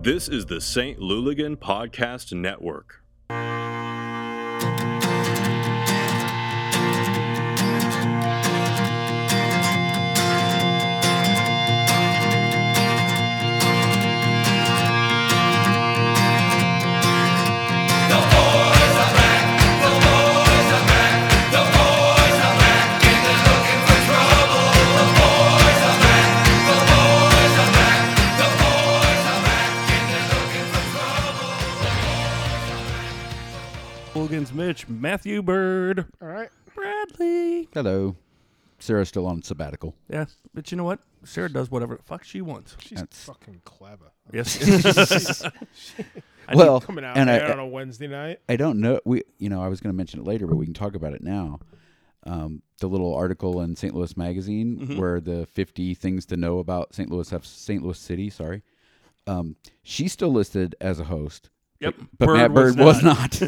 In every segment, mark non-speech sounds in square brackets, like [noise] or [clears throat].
This is the St. Luligan Podcast Network. Logan's Mitch, Matthew Bird, All right. Bradley. Hello. Sarah's still on sabbatical. Yeah, but you know what? Sarah does whatever the fuck she wants. She's That's- fucking clever. [laughs] Yes. I well, Coming out and there on I, a Wednesday night. I don't know. We, you know, I was going to mention it later, but we can talk about it now. Um, the little article in St. Louis Magazine where the 50 things to know about St. Louis, F- St. Louis City. Sorry, um, she's still listed as a host. Yep. but Bird Matt Bird was was not.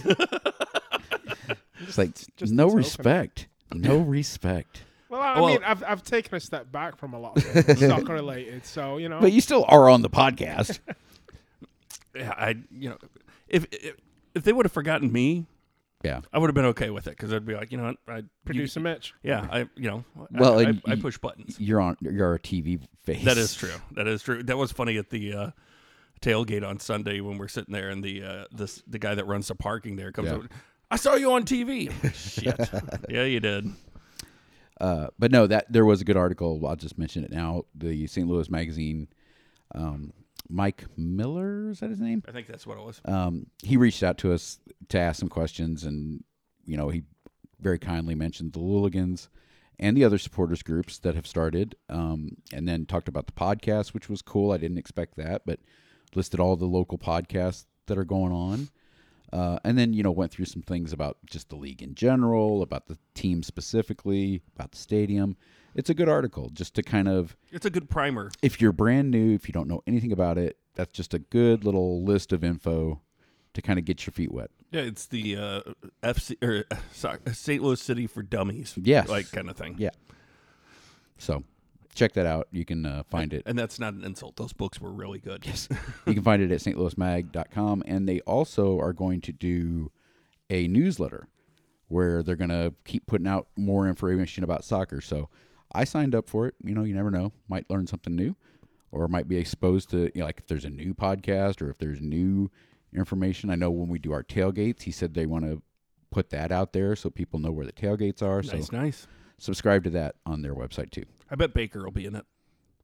it's like just no it's open. respect, no respect. Well, I Well- mean, I've, I've taken a step back from a lot of things [laughs] soccer related. So, you know, But you still are on the podcast. yeah, I you know, if if, if they would have forgotten me, yeah. I would have been okay with it because I'd be like, you know what, I producer Mitch. Yeah, I you know, Well, I, I, and I y- push buttons. You're on. You're a TV face. That is true. That is true. That was funny at the uh, tailgate on Sunday when we're sitting there and the uh, this the guy that runs the parking there comes Yeah. over. I saw you on [laughs] TV. Shit. yeah, you did. Uh, but no, that there was a good article. I'll just mention it now. The St. Louis Magazine. Um, Mike Miller is that his name? I think that's what it was. Um, he reached out to us to ask some questions, and you know he very kindly mentioned the Luligans and the other supporters groups that have started, um, and then talked about the podcast, which was cool. I didn't expect that, but listed all the local podcasts that are going on. Uh, and then you know went through some things about just the league in general, about the team specifically, about the stadium. It's a good article just to kind of It's a good primer. if you're brand new, if you don't know anything about it, that's just a good little list of info to kind of get your feet wet. Yeah, it's the uh, FC or uh, sorry, St. Louis City for Dummies. Yes. like kind of thing. Yeah. So check that out. You can uh, find it. and that's not an insult. Those books were really good. Yes, [laughs] You can find it at stlouismag.com. And they also are going to do a newsletter where they're going to keep putting out more information about soccer. So I signed up for it. You know, you never know. Might learn something new or might be exposed to, you know, like if there's a new podcast or if there's new information. I know when we do our tailgates, he said they want to put that out there so people know where the tailgates are. nice, So nice. subscribe to that on their website too. I bet Baker will be in it.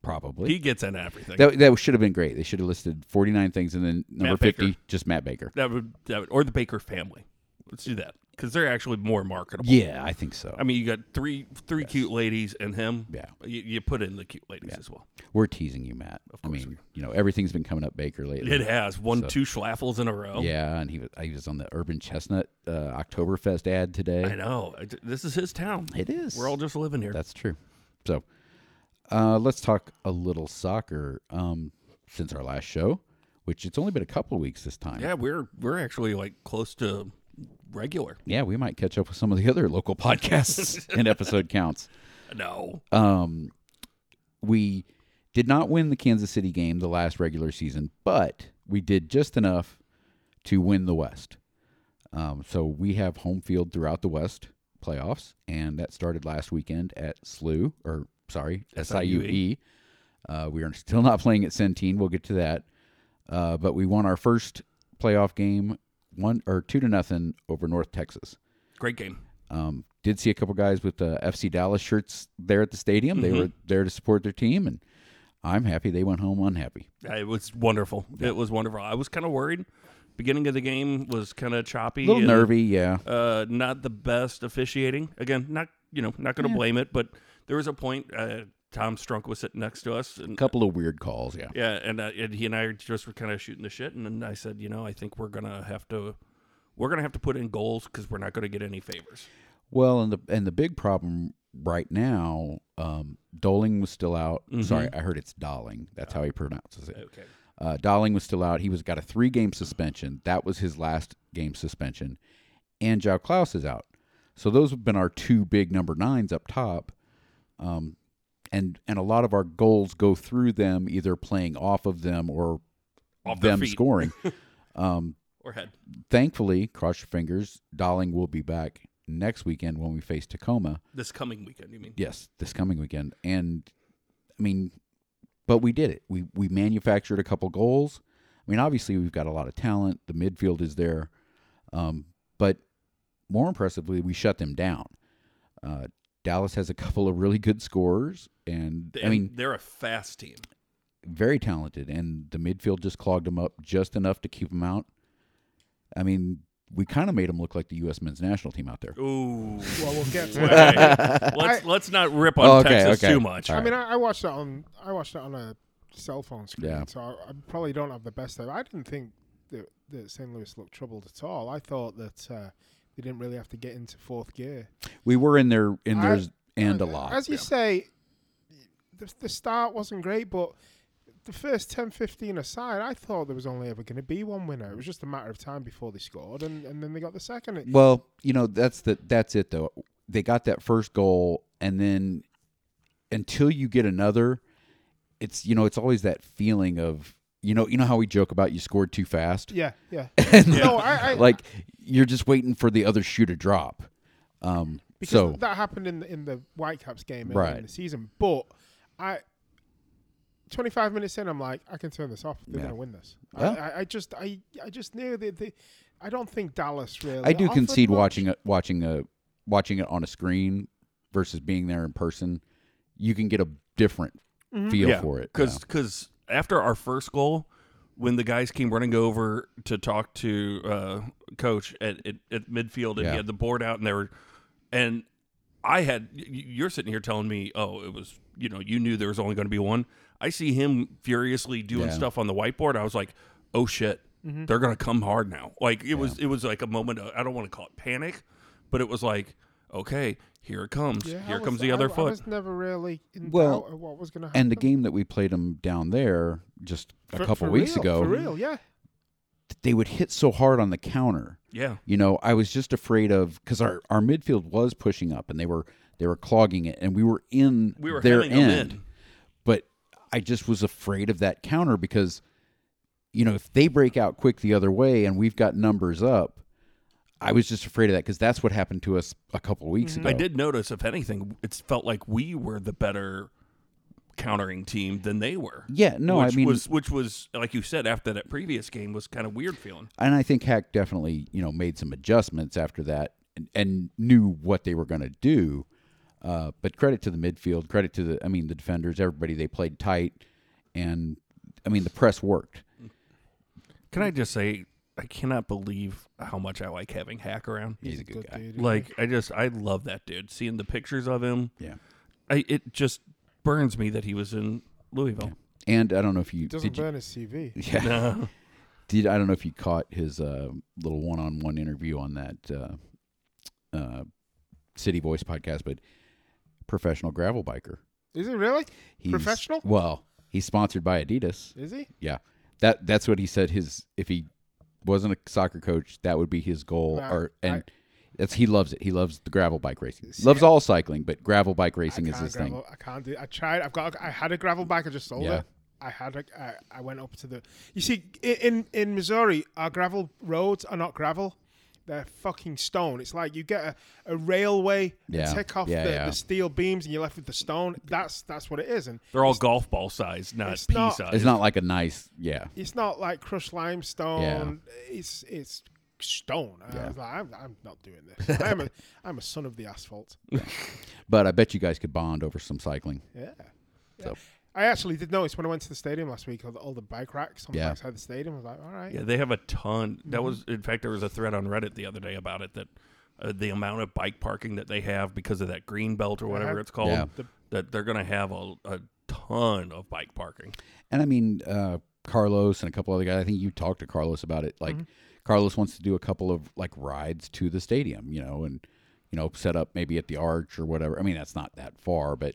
Probably. He gets in everything. That, That, that should have been great. They should have listed 49 things and then number Matt 50, Baker. just Matt Baker. would, that would, or the Baker family. Let's do that because they're actually more marketable. Yeah, I think so. I mean, you got three three cute ladies and him. Yeah. you, you put in the cute ladies as well. We're teasing you, Matt. I course mean, you know, everything's been coming up Baker lately. It has won So- two schlaffles in a row. Yeah, and he was, he was on the Urban Chestnut uh, Oktoberfest ad today. I know. I- This is his town. It is. We're all just living here. That's true. So uh, let's talk a little soccer um, since our last show, which it's only been a couple of weeks this time. yeah, we're we're actually like close to regular. Yeah, we might catch up with some of the other local [laughs] podcasts and episode counts. No, Um, we did not win the Kansas City game the last regular season, but we did just enough to win the West. Um, so we have home field throughout the West playoffs, and that started last weekend at SLU, or sorry, SIUE. SIUE. E. Uh, we are still not playing at Centene. We'll get to that. Uh, but we won our first playoff game one or two to nothing over North Texas. great game. Um, did see a couple guys with uh, FC Dallas shirts there at the stadium. They were there to support their team, and I'm happy they went home unhappy. Yeah, Uh, It was wonderful. It was wonderful. I was kind of worried. Beginning of the game was kind of choppy, A little and, nervy, yeah. Uh, not the best officiating. Again, not you know not going to blame it, but there was a point. Uh, Tom Strunk was sitting next to us, A and couple of weird calls, yeah. yeah, and, uh, and he and I just were kind of shooting the shit, and then I said, you know, I think we're gonna have to. We're gonna have to put in goals because we're not gonna get any favors. Well, and the and the big problem right now, um, Doling was still out. Sorry, I heard it's Doling. That's how he pronounces it. Mm-hmm. Okay. Uh, Dowling was still out. He was got a three game suspension. That was his last game suspension. And Jao Klaus is out. So those have been our two big number nines up top. Um, and and a lot of our goals go through them, either playing off of them or Off their them feet. [laughs] scoring. um, or head. thankfully, cross your fingers, Dolling will be back next weekend when we face Tacoma. This coming weekend, you mean? Yes, this coming weekend. And I mean, but we did it. We we manufactured a couple goals. I mean, obviously we've got a lot of talent. The midfield is there, um, but more impressively, we shut them down. Uh, Dallas has a [laughs] couple of really good scorers, and I And mean, they're a fast team. very talented. And the midfield just clogged them up just enough to keep them out. I mean, we kind of made them look like the U.S. men's national team out there. Ooh. Well, we'll get to it. Hey, let's let's not rip on Oh, okay, Texas okay. too much. All I right. mean, I, I watched that on I watched that on a cell phone screen, Yeah. so I, I probably don't have the best of. I didn't think that, that St. Louis looked troubled at all. I thought that uh, they didn't really have to get into fourth gear. [laughs] We were in their in I- theirs and a Uh, lot. As you say, the, the start wasn't great, but the first 10, 15 aside, I thought there was only ever going to be one winner. It was just a matter of time before they scored, and, and then they got the second. It- Well, you know, that's the that's it though. They got that first goal and then until you get another, it's you know, it's always that feeling of you know, you know how we joke about you scored too fast? yeah, yeah. [laughs] And, No, I, I, Like you're just waiting for the other shoe to drop. Um because so th- that happened in the, in the Whitecaps game earlier in Right. the season. But I, twenty five minutes in, I'm like, I can turn this off. They're Yeah. going to win this. Yeah. I, I, I just, I, I just knew that they. I don't think Dallas really. I do offered concede much. watching it watching a watching it on a screen versus being there in person, you can get a different Mm-hmm. feel for it. Because after our first goal, when the guys came running over to talk to uh, coach at, at, at midfield, and Yeah. he had the board out, and they were, and I had y- y- you're sitting here telling me, oh, it was you know you knew there was only going to be one. I see him furiously doing Yeah. stuff on the whiteboard. I was like, oh shit, Mm-hmm. they're going to come hard now. Like it was it was like a moment. Of, I don't want to call it panic, but it was like, okay, here it comes. Yeah, I here was- comes the I- other I foot. was never really in Well, doubt of what was going to happen. and the game that we played them down there just a For- couple for weeks real, ago, For real, yeah. they would hit so hard on the counter. yeah. You know, I was just afraid of because our, our midfield was pushing up and they were they were clogging it and we were in We were their hemming them end. in. But I just was afraid of that counter because you know, if they break out quick the other way and we've got numbers up, I was just afraid of that because that's what happened to us a couple weeks ago. Mm-hmm. I did notice, if anything, it felt like we were the better countering team than they were. Yeah, no, I which mean- was, which was like you said after that previous game was kind of weird feeling. and I think Hack definitely you know made some adjustments after that and, and knew what they were going to do. Uh, but credit to the midfield, credit to the I mean the defenders, everybody they played tight, and I mean the press worked. Can I just say, I cannot believe how much I like having Hack around. He's a good guy. dude. Like I just, I love that dude. Seeing the pictures of him, Yeah. I, it just burns me that he was in Louisville. And I don't know if you Doesn't did. You, burn his CV. [laughs] yeah. No. Did I don't know if you caught his uh, little one-on-one interview on that uh, uh, City Voice podcast, but professional gravel biker. Is he really? He's, Professional? Well, he's sponsored by Adidas. Is he? Yeah, that that's what he said. His if he wasn't a soccer coach, that would be his goal. Well, or I- and that's he loves it. He loves the gravel bike racing. See, loves all cycling, but gravel bike racing I is can't his gravel, thing. I can't do. I tried. I've got. I had a gravel bike. I just sold Yeah. it. I had. A, I, I went up to the. You see, i- in in Missouri, our gravel roads are not gravel. They're fucking stone. It's like you get a, a railway, Yeah. take off Yeah, the, yeah. the steel beams, and you're left with the stone. That's that's what it is, and [laughs] They're all golf ball size, not It's pea not- size. It's not like a nice yeah. it's not like crushed limestone. It's it's stone. And I was like, I'm, I'm not doing this. [laughs] I'm a I'm a son of the asphalt. But I bet you guys could bond over some cycling. Yeah. So- I actually did notice when I went to the stadium last week, all the, all the bike racks on Yeah. the backside of the stadium. I was like, all right. Yeah, they have a ton. That was, in fact, there was a thread on Reddit the other day about it that uh, the amount of bike parking that they have because of that green belt or whatever it's called, Yeah. that they're going to have a, a ton of bike parking. And I mean uh, Carlos and a couple other guys. I think you talked to Carlos about it. Like Carlos wants to do a couple of like rides to the stadium, you know, and you know set up maybe at the arch or whatever. I mean that's not that far, but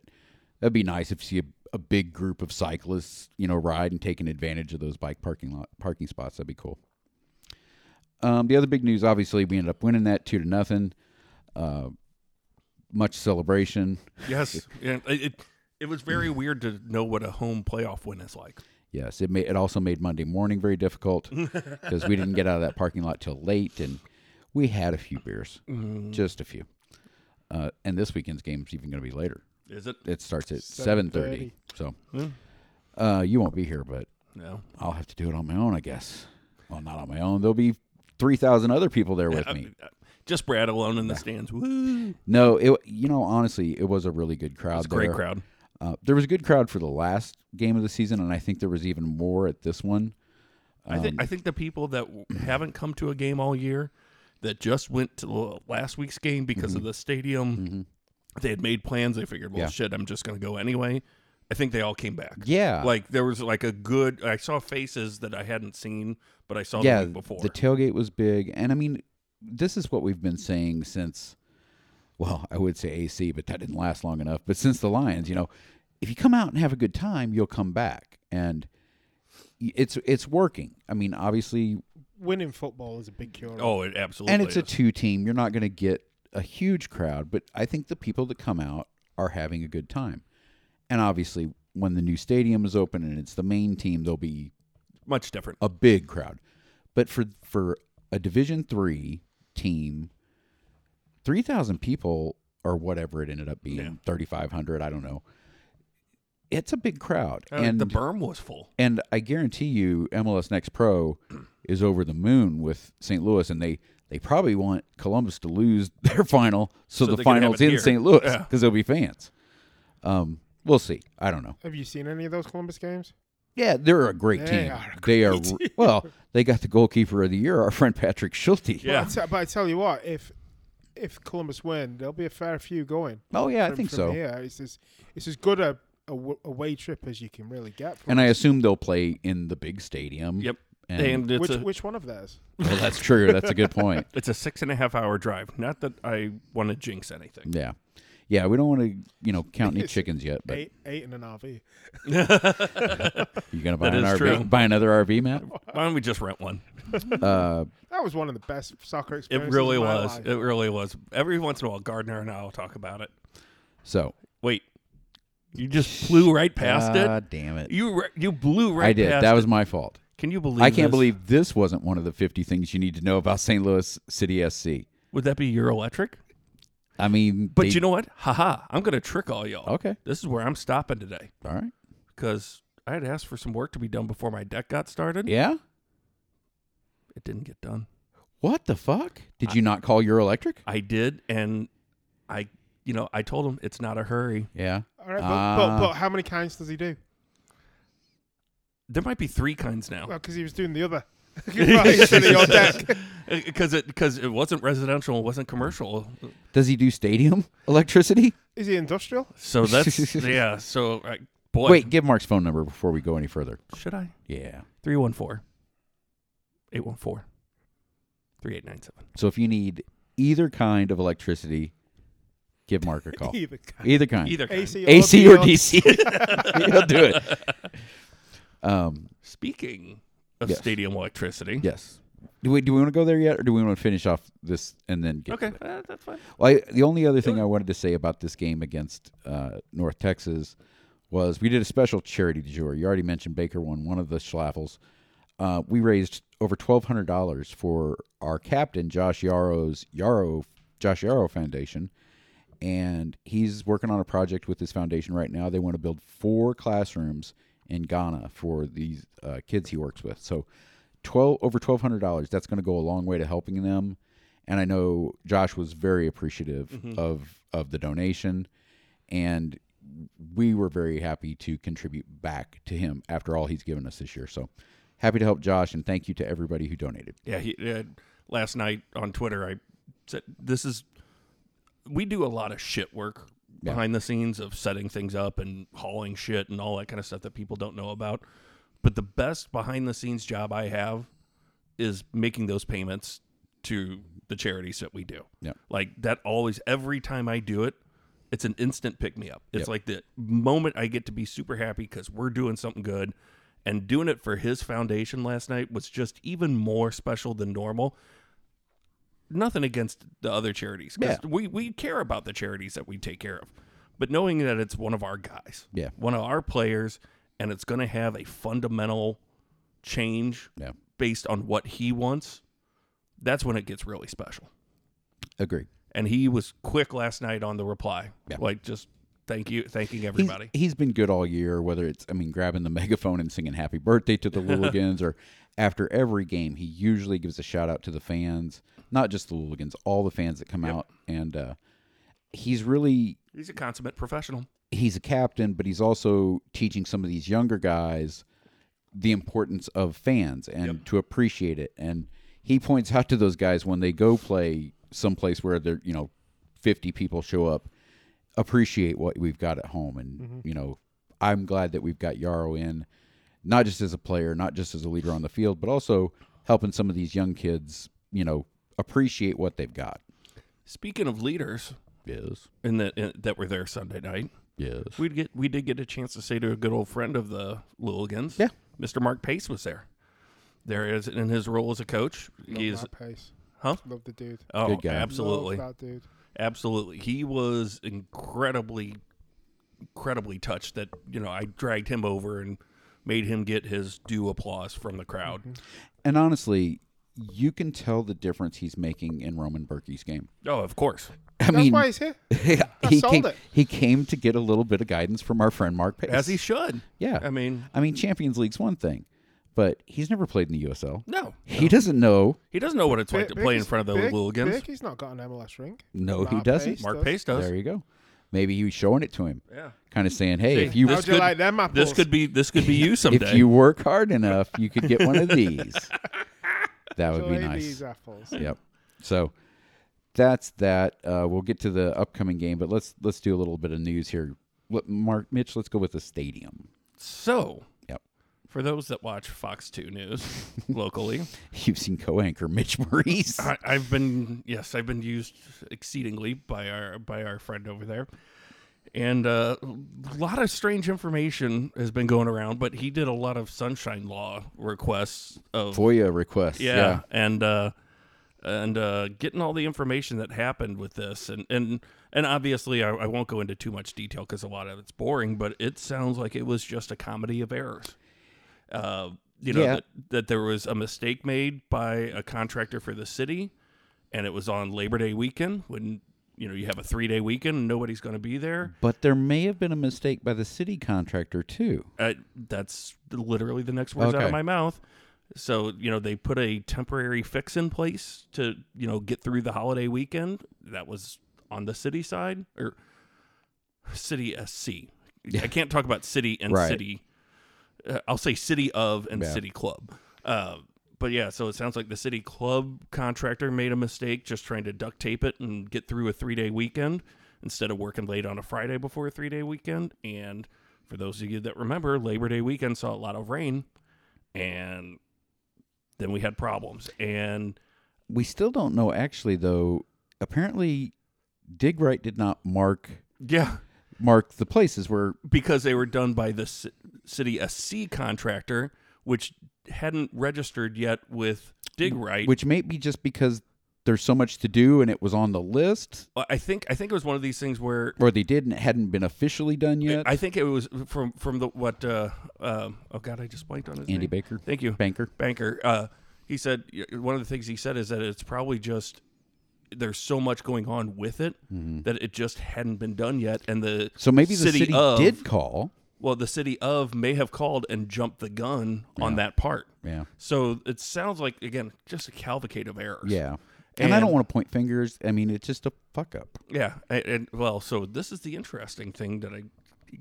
that'd be nice if you see a, a big group of cyclists, you know, ride and taking advantage of those bike parking lot parking spots. That'd be cool. Um, the other big news, obviously, we ended up winning that two to nothing. Uh, much celebration. Yes. and it, it, it was very weird to know what a home playoff win is like. Yes, it made it also made Monday morning [laughs] very difficult because we didn't get out of that parking lot till late, and we had a few beers, Mm-hmm. just a few. Uh, and this weekend's game's even going to be later. Is it? It starts at seven 7:30. thirty, so Hmm. uh, you won't be here, but No. I'll have to do it on my own, I guess. Well, not on my own. There'll be three thousand other people there with uh, me. Just Brad alone in the stands. Woo! No, it you know honestly, it was a really good crowd. It's a great there. crowd. Uh, there was a good crowd for the last game of the season, and I think there was even more at this one. I think I Um, think the people that [clears throat] w- haven't come to a game all year, that just went to the last week's game because of the stadium, they had made plans. They figured, well, Mm-hmm. Yeah. shit, I'm just going to go anyway. I think they all came back. Yeah. like there was like a good. I saw faces that I hadn't seen, but I saw yeah, them before. the tailgate was big, and I mean, this is what we've been saying since. Well, I would say AC, but that didn't last long enough. But since the Lions, you know, if you come out and have a good time, you'll come back, and y- it's it's working. I mean, obviously, Winning football is a big cure. oh, it absolutely. and it's a is. two team. You're not going to get a huge crowd, but I think the people that come out are having a good time. And obviously, when the new stadium is open and it's the main team, there'll be much different. a big crowd. But for for a Division three team, three thousand people or whatever it ended up being, Yeah. thirty five hundred. I don't know. It's a big crowd, Uh, and the berm was full. and I guarantee you, MLS Next Pro is over the moon with St. Louis, and they they probably want Columbus to lose [laughs] their final, so, So the they can have finals it in here. St. Louis because Yeah. there'll be fans. Um, we'll see. I don't know. Have you seen any of those Columbus games? Yeah, they're a great They team. are a they are [laughs] well. They got the goalkeeper of the year, our friend Patrick Schulte. But I Yeah. te- but I tell you what, if if Columbus win, there'll be a fair few going. Oh yeah, I from- think from so. Here. It's as it's as good a, a w- away trip as you can really get. From And I assume they'll play in the big stadium. Yep, And, and, it's which a which one of theirs? [laughs] well, that's true. That's [laughs] a good point. it's a six and a half hour drive. Not that I want to jinx anything. Yeah, yeah. We don't want to you know count [laughs] any chickens yet, but Eight eight and an RV. you gonna buy That an is RV? true. Buy another [laughs] RV, Matt? Why don't we just rent one? Uh, That was one of the best soccer It experiences. really of my was. life. It really was. Every once in a while, Gardner and I will talk about it. so Wait, you just flew right past God it. damn it! You re- you blew right. I did. Past That was It. my fault. Can you believe? I can't this? believe this wasn't one of the 50 things you need to know about St. Louis City SC. Would that be your electric? I mean, But they- you know what? Haha! I'm gonna trick all y'all. Okay. This is where I'm stopping today all right, because I had asked for some work to be done before my deck got started. yeah. It didn't get done. What the fuck? Did you not call your electric? I did, and I, you know, I told him it's not a hurry. Yeah. All right, but, but, Ah. but how many kinds does he do? There might be three kinds now. Well, because he was doing [laughs] the other. [laughs] Right, sitting on deck. because Uh, it because it wasn't residential, it wasn't commercial. Does he do stadium [laughs] electricity? Is he industrial? So that's yeah. So I, boy, Wait, give Mark's phone number before we go any further. should I Yeah. 314 814 3897. So if you need either kind of electricity, give Mark [laughs] a call. Either kind. Either kind. [laughs] Either kind. AC, AC or RV, [laughs] DC. He'll do it. Um, Speaking of Yes. stadium electricity. yes. Do we, do we want to go there yet, or do we want to finish off this and then get Okay, uh, that's fine. Well, I, the only other thing I wanted to say about this game against uh, North Texas was we did a special charity du jour. You already mentioned Baker won one of the schlaffles. Uh, we raised over twelve hundred dollars for our captain Josh Yarrow's Yarrow Josh Yarrow Foundation, and he's working on a project with his foundation right now. They want to build four classrooms in Ghana for these uh, kids he works with. So, twelve over twelve hundred dollars. That's going to go a long way to helping them. And I know Josh was very appreciative of of the donation, and we were very happy to contribute back to him after all he's given us this year. So happy to help Josh, and thank you to everybody who donated. Yeah, he, uh, last night on Twitter, I said, This is, we do a lot of shit work behind the scenes of setting things up and hauling shit and all that kind of stuff that people don't know about. But the best behind the scenes job I have is making those payments to the charities that we do. Yeah. Like that always, every time I do it, it's an instant pick me up. It's Yep. like the moment I get to be super happy because we're doing something good. And doing it for his foundation last night was just even more special than normal. Nothing against the other charities. 'cause Yeah. We, we care about the charities that we take care of. But knowing that it's one of our guys, Yeah. one of our players, and it's going to have a fundamental change Yeah. based on what he wants, that's when it gets really special. Agree. And he was quick last night on the reply, Yeah. like just thank you, thanking He's- everybody. he's been good all year, whether it's, I mean, grabbing the [laughs] megaphone and singing happy birthday to the Luligans, or after every game, he usually gives a shout out to the fans, not just the Luligans, all the fans that come out. And uh, he's really, He's a consummate professional. he's a captain, but he's also teaching some of these younger guys the importance of fans and to appreciate it. And he points out to those guys when they go play someplace where they're, you know, 50 people show up, appreciate what we've got at home. And, you know, I'm glad that we've got Yarrow in, not just as a player, not just as a leader on the field, but also helping some of these young kids, you know, appreciate what they've got. Speaking of leaders Yes. in that in, that were there Sunday night, Yes. we get we did get a chance to say to a good old friend of the Luligans, Yeah. Mr. Mark Pace was there. There is in his role as a coach. Love He is that pace. Huh? Love the dude. oh, Good guy. absolutely, Love that dude. absolutely. He was incredibly, incredibly touched that you know I dragged him over and made him get his due applause from the crowd. Mm-hmm. And honestly, you can tell the difference he's making in Roman [laughs] Berkey's game. Oh, of course. I That's mean, why he's here. he sold came it. he came to get a little bit of guidance from our friend Mark Pace. As he should. yeah. I mean, I mean, Champions League's one thing, but he's never played in the USL. no. He doesn't know. He doesn't know what it's like to play in Birkey's- front of the Bir- Luligans. Birkey's not got an MLS ring. No, he Mark doesn't. Pace Mark does. Pace does. There you go. Maybe he was showing it to him, Yeah. kind of saying, "Hey, See, if you How'd you could- like them apples? This could be this could be you someday. [laughs] if you work hard enough, you could get [laughs] one of these." that would be Enjoy nice. [laughs] these apples. yep. So that's that. Uh, we'll get to the upcoming game, but let's let's do a little bit of news here. Let, Mark Mitch, let's go with the stadium. so, Yep. [laughs] for those that watch Fox 2 News locally, You've seen co-anchor Mitch [laughs] Maurice. I, I've been yes, I've been used exceedingly by our by our friend over there, and uh, a lot of strange information has been going around. But he did a lot of sunshine law requests of FOIA requests. yeah, and uh, and uh, getting all the information that happened with this, and and and obviously I, I won't go into too much detail because a lot of it's boring, but it sounds like it was just a comedy of errors. Uh, you know Yeah. that, that there was a mistake made by a contractor for the city, and it was on Labor Day weekend when you know you have a three day weekend and nobody's going to be there. But there may have been a mistake by the city contractor too. Uh, that's literally the next words out Okay. of my mouth. So, you know, they put a temporary fix in place to, you know, get through the holiday weekend. That was on the city side or city SC. I can't talk about city and Right. city. Uh, I'll say city of and Yeah. city club. Uh, but yeah, so it sounds like the city club contractor made a mistake just trying to duct tape it and get through a three day weekend instead of working late on a Friday before a three day weekend. And for those of you that remember, Labor Day weekend saw a lot of rain and then we had problems. And We still don't know actually though. Apparently, Digwright did not mark yeah, mark the places where because they were done by the ci- city SC contractor, which hadn't registered yet with Dig Right. Mm, which may be just because there's so much to do and it was on the list Uh, I think I think it was one of these things where or they didn't hadn't been officially done yet. I think it was from from the what uh, um, oh god I just blanked on his Andy name. Baker. Thank you. Banker. Banker. Uh, he said one of the things he said is that it's probably just there's so much going on with it that it just hadn't been done yet, and the Mm-hmm. So maybe the city, of, did call. well the city of may have called and jumped the gun on that part. Yeah. So it sounds like again just a cavalcade of errors. Yeah. And, I And- don't want to point fingers. I mean, it's just a fuck up. yeah, and, and well, so this is the interesting thing that I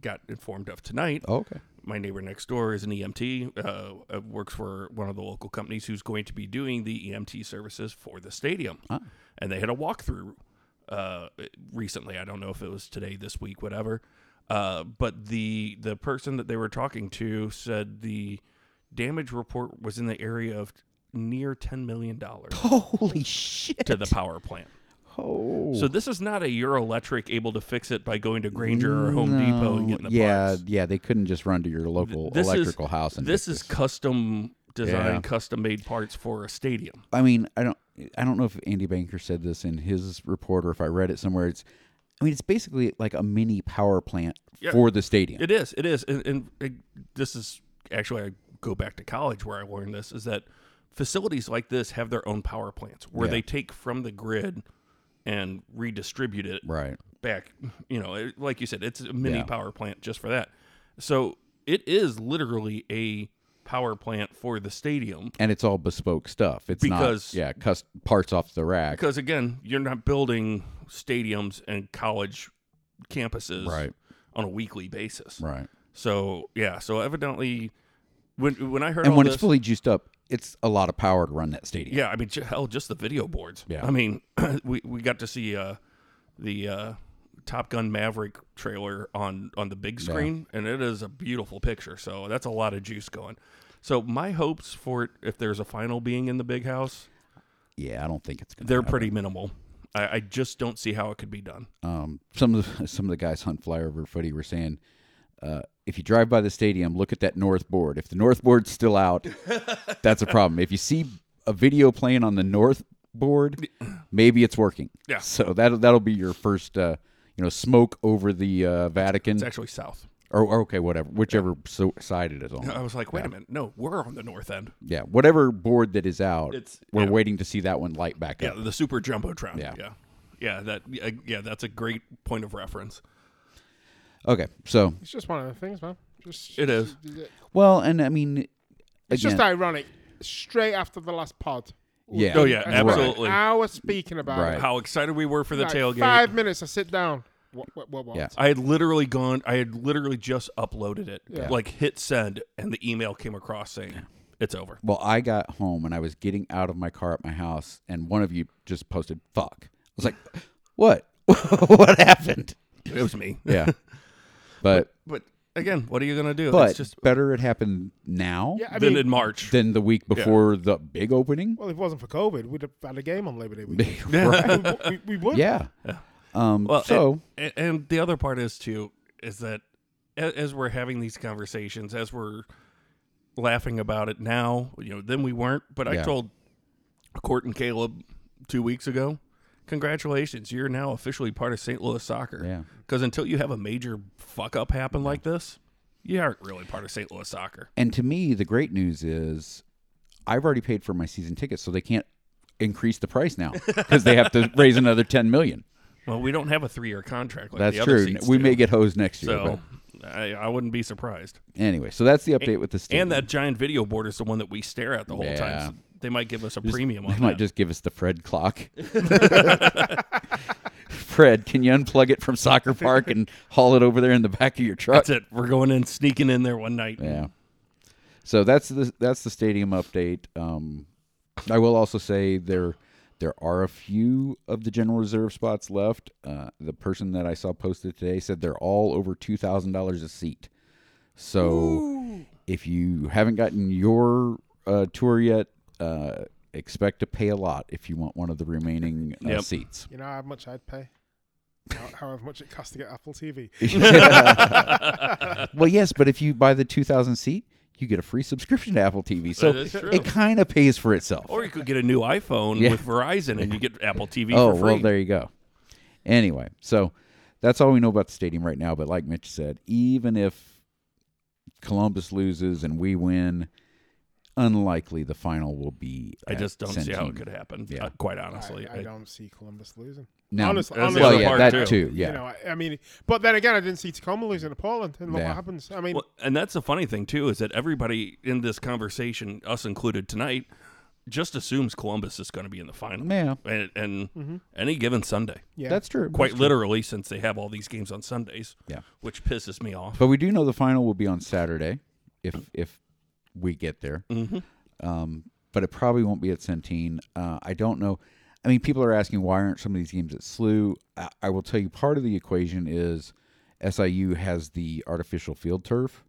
got informed of tonight. Oh, okay. my neighbor next door is an EMT, uh, uh, works for one of the local companies who's going to be doing the EMT services for the stadium. Ah. And they had a walkthrough uh, recently. I don't know if it was today, this week, whatever. Uh, but the the person that they were talking to said the damage report was in the area of near ten million [laughs] dollars Holy shit. to the power plant. Oh. So this is not a Euroelectric able to fix it by going to Granger or Home Depot and getting the Um, yeah, parts. yeah, they couldn't just run to your local This is- electrical house. And this is custom design, Yeah. custom made parts for a stadium. I mean, I don't, I don't know if Andy Banker said this in his report or if I read it somewhere. It's I mean, it's basically like a mini power plant Yeah. for the stadium. It is. It is. And, and it, this is actually, I go back to college where I learned this is that facilities like this have their own power plants where Yeah. they take from the grid and redistribute it right. back. You know, it- like you said, it's a mini Yeah. power plant just for that. So it is literally a power plant for the stadium And it's all bespoke stuff. It's Because- not yeah, cus- parts off the rack. because again, you're not building stadiums and college campuses Right. on a weekly basis. Right. So yeah, so evidently, when when I heard And all when this, it's fully juiced up, it's a lot of power to run that stadium. yeah, I mean, j- hell, just the video boards. Yeah. I mean, [clears throat] we we got to see uh, the uh, Top Gun Maverick trailer on on the big screen, and it is a beautiful picture. So that's a lot of juice going. So my hopes for it, if there's a final being in the big house, Yeah, I don't think it's going to they're pretty minimal. I, I just don't see how it could be done. um, some of the, [laughs] some of the guys on flyover footy were saying, uh, if you drive by the stadium, look at that north board. If the north board's [laughs] still out, that's a problem. If you see a video playing on the north board, maybe it's working. Yeah. So that that'll be your first, uh, you know, smoke over the uh, Vatican It's actually south. or, or okay, whatever, whichever so, side it is on. [laughs] I was like, wait a minute, no, we're on the north end. Yeah, whatever board that is out, It's- we're yeah. waiting to see that one light back Yeah, up. the super jumbotron. Yeah. yeah, yeah. That yeah, yeah, that's a great point of reference. Okay, so It's just one of the things, man. Just, It is. well, and I mean, It's just again, ironic. Straight after the last pod. Yeah. Oh yeah, I spent an absolutely. hour speaking about Right. it. How excited we were for the Like, tailgate! Five minutes. I sit down. What? What? What? what? Yeah. I had literally gone. I had literally just uploaded it, like hit send, and the email came across saying it's over. Well, I got home and I was getting out of my car at my house, and one of you just posted "fuck." I was like, [laughs] "What? what happened?" It was me. [laughs] Yeah, but But again, what are you gonna do? but it's just better it happened now Yeah, I then mean, in March. than the week before the big opening. well, if it wasn't for COVID, we'd have had a game on Labor Day [laughs] weekend. Right. we, we would. yeah. Um. well, so and, and the other part is too is that a- as we're having these conversations, as we're laughing about it now, you know, then we weren't. But I Yeah. told Court and Caleb two weeks ago, congratulations, you're now officially part of St. Louis soccer. yeah, Because until you have a major fuck up happen like this, you aren't really part of St. Louis soccer. and to me, the great news is I've already paid for my season tickets, so they can't increase the [laughs] price now because they have to raise another ten million. Well, we don't have a three year contract like That's the other true. seats We do. may get hosed next year. so. I, I wouldn't be surprised. But anyway, so that's the update with the stadium. And that giant video board is the one that we stare at the whole Yeah. time. So they might give us a premium on They might that. just give us the Fred clock. [laughs] Fred, can you unplug it from Soccer Park and haul it over there in the back of your truck? That's it. We're going in, sneaking in there one night. Yeah. So that's the that's the stadium update. Um, I will also say there there are a few of the general reserve spots left. Uh, the person that I saw posted today said they're all over two thousand dollars a seat. So if you haven't gotten your uh, tour yet, uh, expect to pay a lot if you want one of the remaining uh, Yep. seats. You know how much I'd pay. How- However much it costs to get Apple TV. Well, yes, but if you buy the two thousand seat, you get a free subscription to Apple TV. So That is true. it kind of pays for itself. Or you could get a new iPhone Yeah. with Verizon and you get Apple TV Oh, for free. well, there you go. Anyway, so that's all we know about the stadium right now. But like Mitch said, even if Columbus loses and we win, unlikely the final will be. I at just don't see how it Centene. could happen. Yeah. uh, quite I, honestly, I don't see Columbus losing. No. honestly, That's the honestly, well, other yeah, part, that too. too. Yeah, You know, I, I mean, but then again, I didn't see Tacoma losing to Portland, and look Yeah. what happens. I mean, Well, and that's the funny thing too is that everybody in this conversation, us included tonight, just assumes Columbus is going to be in the final. Yeah. and, and Mm-hmm. any given Sunday, yeah, that's true. quite literally, since they have all these games on Sundays. Yeah. which pisses me off. But we do know the final will be on Saturday, if if we get there. Mhm. Um, but it probably won't be at Centene. Uh, I don't know. I mean, people are asking why aren't some of these games at SLU. I, I will tell you, part of the equation is SIU has the artificial field turf,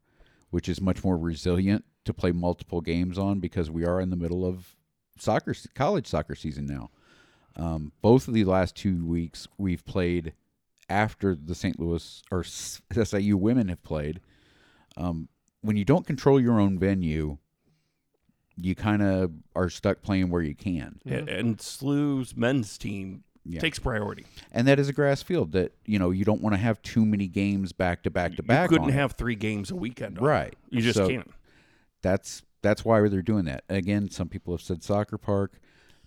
which is much more resilient to play multiple games on because we are in the middle of soccer, se- college soccer season now. Um, both of the last two weeks we've played after the St. Louis or S- SIU women have played. Um, when you don't control your own venue, you kind of are stuck playing where you can. Mm-hmm. And, and SLU's men's team Yeah. Takes priority. and that is a grass field that you know you don't want to have too many games back to back to back. you couldn't on it. have three games a weekend. on it. Right. You just So- can't. That's that's why they're doing that. Again, some people have said soccer park,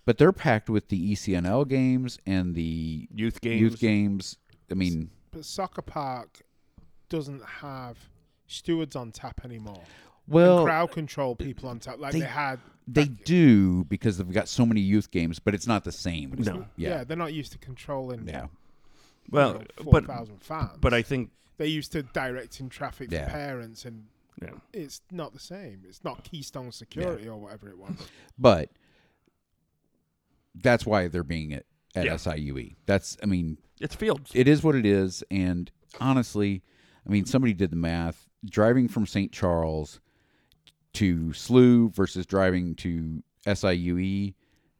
but they're packed with the E ECNL games and the Youth games. youth games. I mean, But soccer park doesn't have stewards on tap anymore. well, Crowd control people on tap like they- they, had. they do because they've got so many youth games, but it's not the same. No. Yeah. Yeah. they're not used to controlling. Yeah. Well, four but thousand fans. but I think they're used to directing traffic Yeah. for parents, and yeah. it's not the same. It's not Keystone Security or whatever it [laughs] was. But that's why they're being at, at Yeah. SIUE. E. That's I mean, it's fields. it is what it is. And honestly, I mean, somebody did the math. Driving from St. Charles to SLU versus driving to SIUE E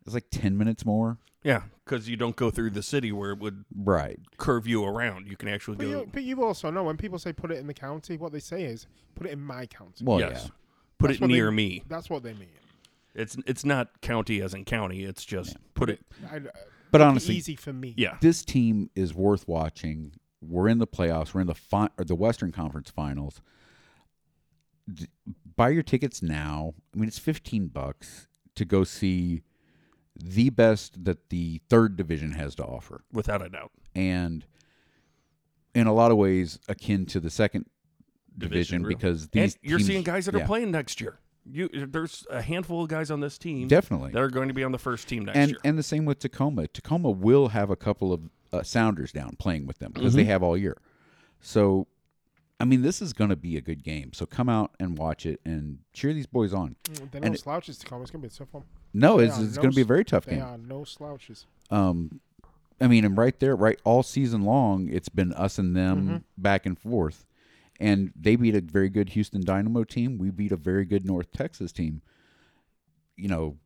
is like 10 minutes more. yeah, because you don't go through the city where it would Right. curve you around. You can actually But go. you, but you also know when people say put it in the county, what they say is put it in my county. Well, yes. Oh, yeah. Put That's it what they- near me. That's what they mean. It's it's not county as in county. It's just put it. I, But make it honestly- uh, easy for me. Yeah. This team is worth watching. We're in the playoffs. We're in the fi- or the Western Conference Finals. D- buy your tickets now. I mean, it's 15 bucks to go see the best that the third division has to offer. without a doubt. and in a lot of ways akin to the second division, Division, really. because And these you're teams- seeing guys that yeah, are playing next year. You there's a handful of guys on this team definitely that are going to be on the first team next and year. and the same with Tacoma. Tacoma will have a couple of uh, Sounders down playing with them because they Mm-hmm. have all year. So, I mean, this is going to be a good game. So come out and watch it and cheer these boys on. Mm, They're And no it- slouches to come. It's going to be a tough one. No, They it's, are it's no going to be a s- very tough They game. are no slouches. Um, I mean, and right there, right all season long, it's been us and them back and forth. And they beat a very good Houston Dynamo team. We beat a very good North Texas team. You know,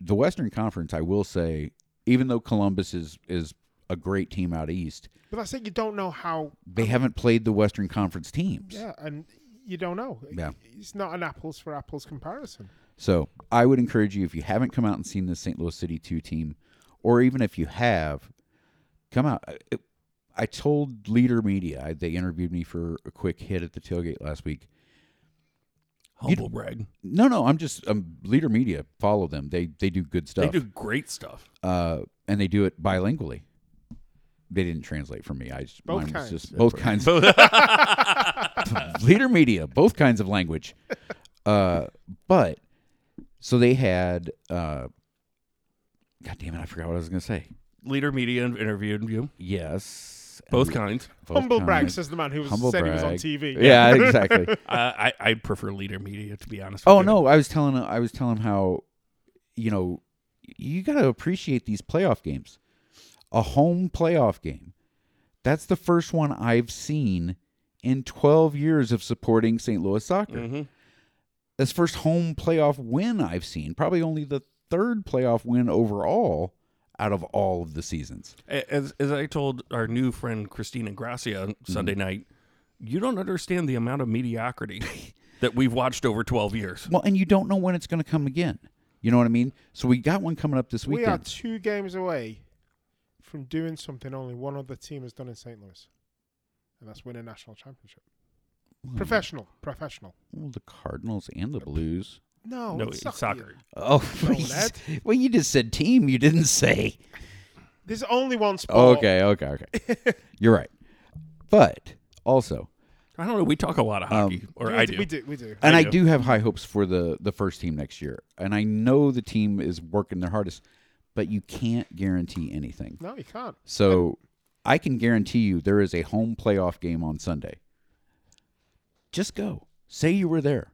the Western Conference, I will say, even though Columbus is is a great team out east, But that's it. You don't know how. they haven't played the Western Conference teams. Yeah, and you don't know. Yeah. It's not an apples for apples comparison. So I would encourage you if you haven't come out and seen the St. Louis City 2 team, or even if you have, come out. I- it- I told Leader Media, I, they interviewed me for a quick hit at the tailgate last week. Humble brag. No, no, I'm just um, Leader Media. Follow them; they they do good They stuff, do great stuff. Uh, and they do it bilingually. They didn't translate for me. I just, Both mine was kinds. just both kinds. [laughs] Leader Media, both kinds of language. Uh, but so they had. Uh, God damn it! I forgot what I was going to say. Leader Media interviewed you. Yes, Both and kinds. both Humble brag kinds. says the man who was, Humble said he was on brag. TV. Yeah, exactly. [laughs] I, I I prefer Leader Media to be honest. With oh you. no, I was telling I was telling how, you know, you got to appreciate these playoff games. A home playoff game. That's the first one I've seen in 12 years of supporting St. Louis soccer. Mm-hmm. Mhm. That's first home playoff win I've seen. Probably only the third playoff win overall out of all of the seasons. A- As as I told our new friend Christina Gracia on Mm-hmm. Sunday night, you don't understand the amount of [laughs] mediocrity that we've watched over twelve years. Well, and you don't know when it's going to come again. You know what I mean? So we got one coming up this We are weekend. two games away from doing something only one other team has done in St. Louis, and that's win a national championship. Professional, professional. Well, the Cardinals and the Blues. No, no, it's it's soccer. Oh, [laughs] No, you that- s- well, you just said team. You didn't say. There's only one sport. okay, okay, okay. You're right. But also, I don't know. We talk a lot of Um, hockey, or we, I d- do. We do. We do. and I I do. do have high hopes for the the first team next year, and I know the team is working their hardest, but you can't guarantee anything. No, you can't. So I can guarantee you there is a home playoff game on Sunday. Just go. Say you were there.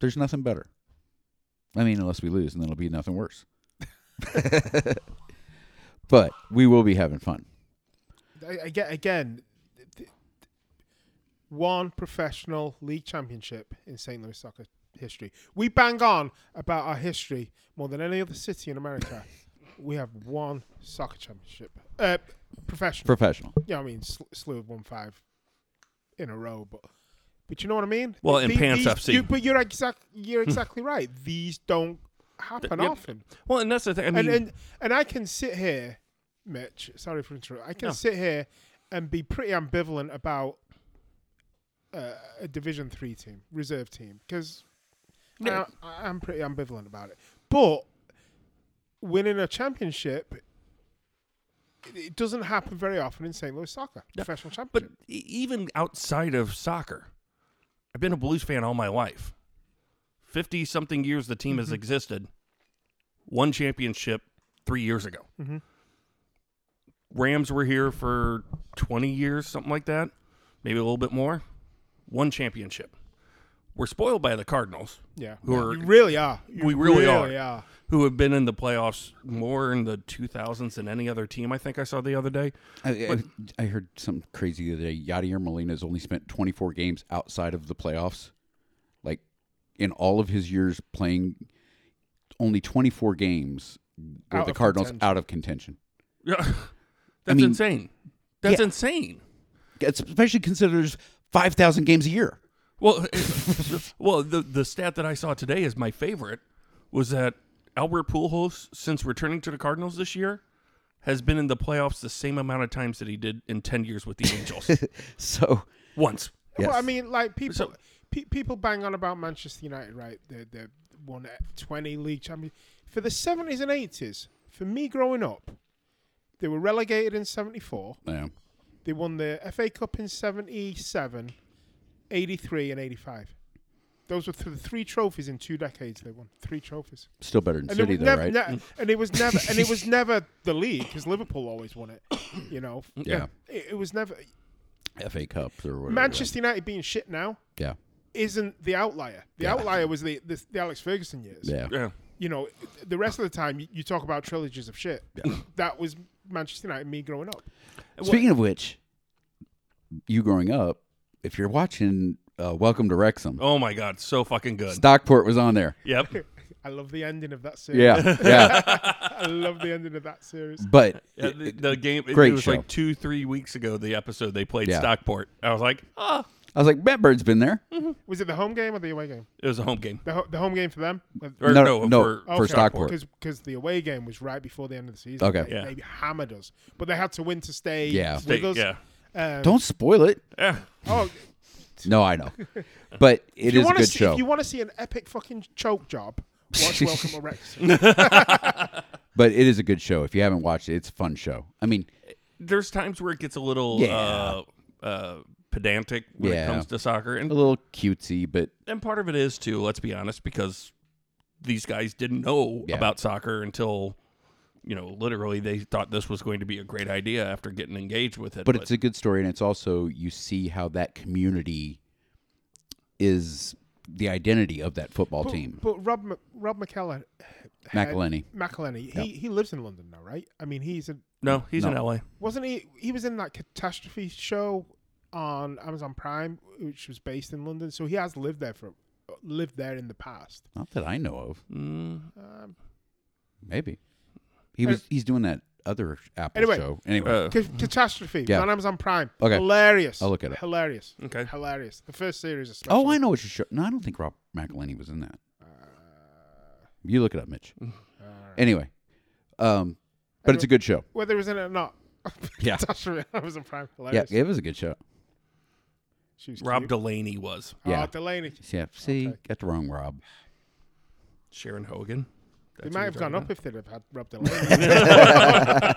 There's nothing better. I mean, unless we lose, and then it'll be nothing [laughs] worse. but we will be having fun. I, I get again. th- th- One professional league championship in St. Louis soccer history. We bang on about our history more than any other city [laughs] in America. we have one soccer championship, uh, professional. Professional. yeah, I mean, Sl- slew of one five in a row, but but you know what I mean. Well, in The- Pants these- FC. you- but you're exact, you're exactly right. These don't happen Yep. often, Well, and that's the thing. I mean, and and and I can sit here Mitch, sorry for interrupting. I can No. sit here and be pretty ambivalent about uh, a Division Three team, reserve team, because Yeah. I, I'm pretty ambivalent about it. But winning a championship, it- it doesn't happen very often in St. Louis soccer, professional But championship. e- even outside of soccer, I've been a Blues fan all my life. 50 something years the team has Mm-hmm. existed. One championship three years ago. Mm-hmm. Rams were here for 20 years, something like that. Maybe a little bit more. One championship. We're spoiled by the Cardinals, yeah, who are you really are. You we really are. are. who have been in the playoffs more in the 2000s than any other team I think I saw the other day. [laughs] I, I, I heard something crazy the other day. Yadier Molina has only spent 24 games outside of the playoffs. Like in all of his years playing, only 24 games were Out the of Cardinals contention. out of contention. Yeah. That's mean, insane. That's yeah. insane. It's especially considered there's 5,000 games a year. [laughs] Well, it- well, the the stat that I saw today is my favorite was that Albert Pujols, since returning to the Cardinals this year, has been in the playoffs the same amount of times that he did in ten years with the Angels. [laughs] So Once, Well, I Yes. mean, like people, So- pe- people bang on about Manchester United, right? They they won twenty league champion for the seventies and eighties. For me, growing up, they were relegated in seventy four. yeah, They won the FA Cup in 77, 83, and eighty five. Those were th- the three trophies in two decades. They won three trophies, still better than and City it was though, never, right? ne- and it was never, and it [laughs] was never the league because Liverpool always won it. You know, Yeah. it, it was never FA Cup or whatever. Manchester United being shit now Yeah. isn't the outlier. The Yeah. outlier was the, the the Alex Ferguson years. Yeah. yeah, You know, the rest of the time you, you talk about trilogies of shit. [laughs] that was Manchester United me growing up. [laughs] Speaking of which, you growing up, if you're watching uh, Welcome to Wrexham, oh my God, so fucking good. Stockport was on there. Yep, [laughs] I love the ending of that series. Yeah, yeah. I love the ending of that series. But Yeah, the, the game. It, Great was show. like two, three weeks ago. The episode they played Yeah. Stockport. I was like, ah, I was like, Matt Bird's been there. Was it the home game or the away game? it was a home game. The, ho- the home game for them? Or No, no, no. for- Oh. for Stockport. Because the away game was right before the end of the season. Okay. They, Yeah. they hammered us. But they had to win to stay Yeah. with State, us. yeah, Um, Don't spoil it. yeah. oh, No, I know. But it you is a wanna good see- show. If you want to see an epic fucking choke job, [laughs] watch Welcome to Wrexham. But it is a good show. If you haven't watched it, it's a fun show. I mean, There's times where it gets a little Yeah. uh, uh, pedantic when Yeah. it comes to soccer, and a little cutesy, but and part of it is too. Let's be honest, because these guys didn't know Yeah. about soccer until you know, literally, they thought this was going to be a great idea after getting engaged with it. but it's a good story, and it's also you see how that community is the identity of that football team. But Rob Mc- Rob McKellen, McElhenney. McElhenney, he, he lives in London now, right? I mean, he's a no, he's in No. LA. wasn't he? He was in that catastrophe show on Amazon Prime, which was based in London. So he has lived there for lived there in the past. Not that I know of. Mm, Um, Maybe he was. He's doing that other Apple Anyway. show anyway. uh, ca- catastrophe mm-hmm. Yeah. on Amazon Prime. Okay. hilarious. I'll look it up. Hilarious. Okay. hilarious. The first series, especially. oh, I know what your show. No, I don't think Rob McElhenney was in that. You look it up, Mitch. Anyway, um, but it's a good show. whether it was in it or not. [laughs] Yeah. catastrophe on Amazon Prime. Yeah, Hilarious. it was a good show. She was Rob cute. Delaney was Oh, yeah. Delaney. Yeah, see, got the wrong Rob. Sharon Hogan. That's They who might you're have gone talking up about? if they'd have had [laughs] Rob Delaney.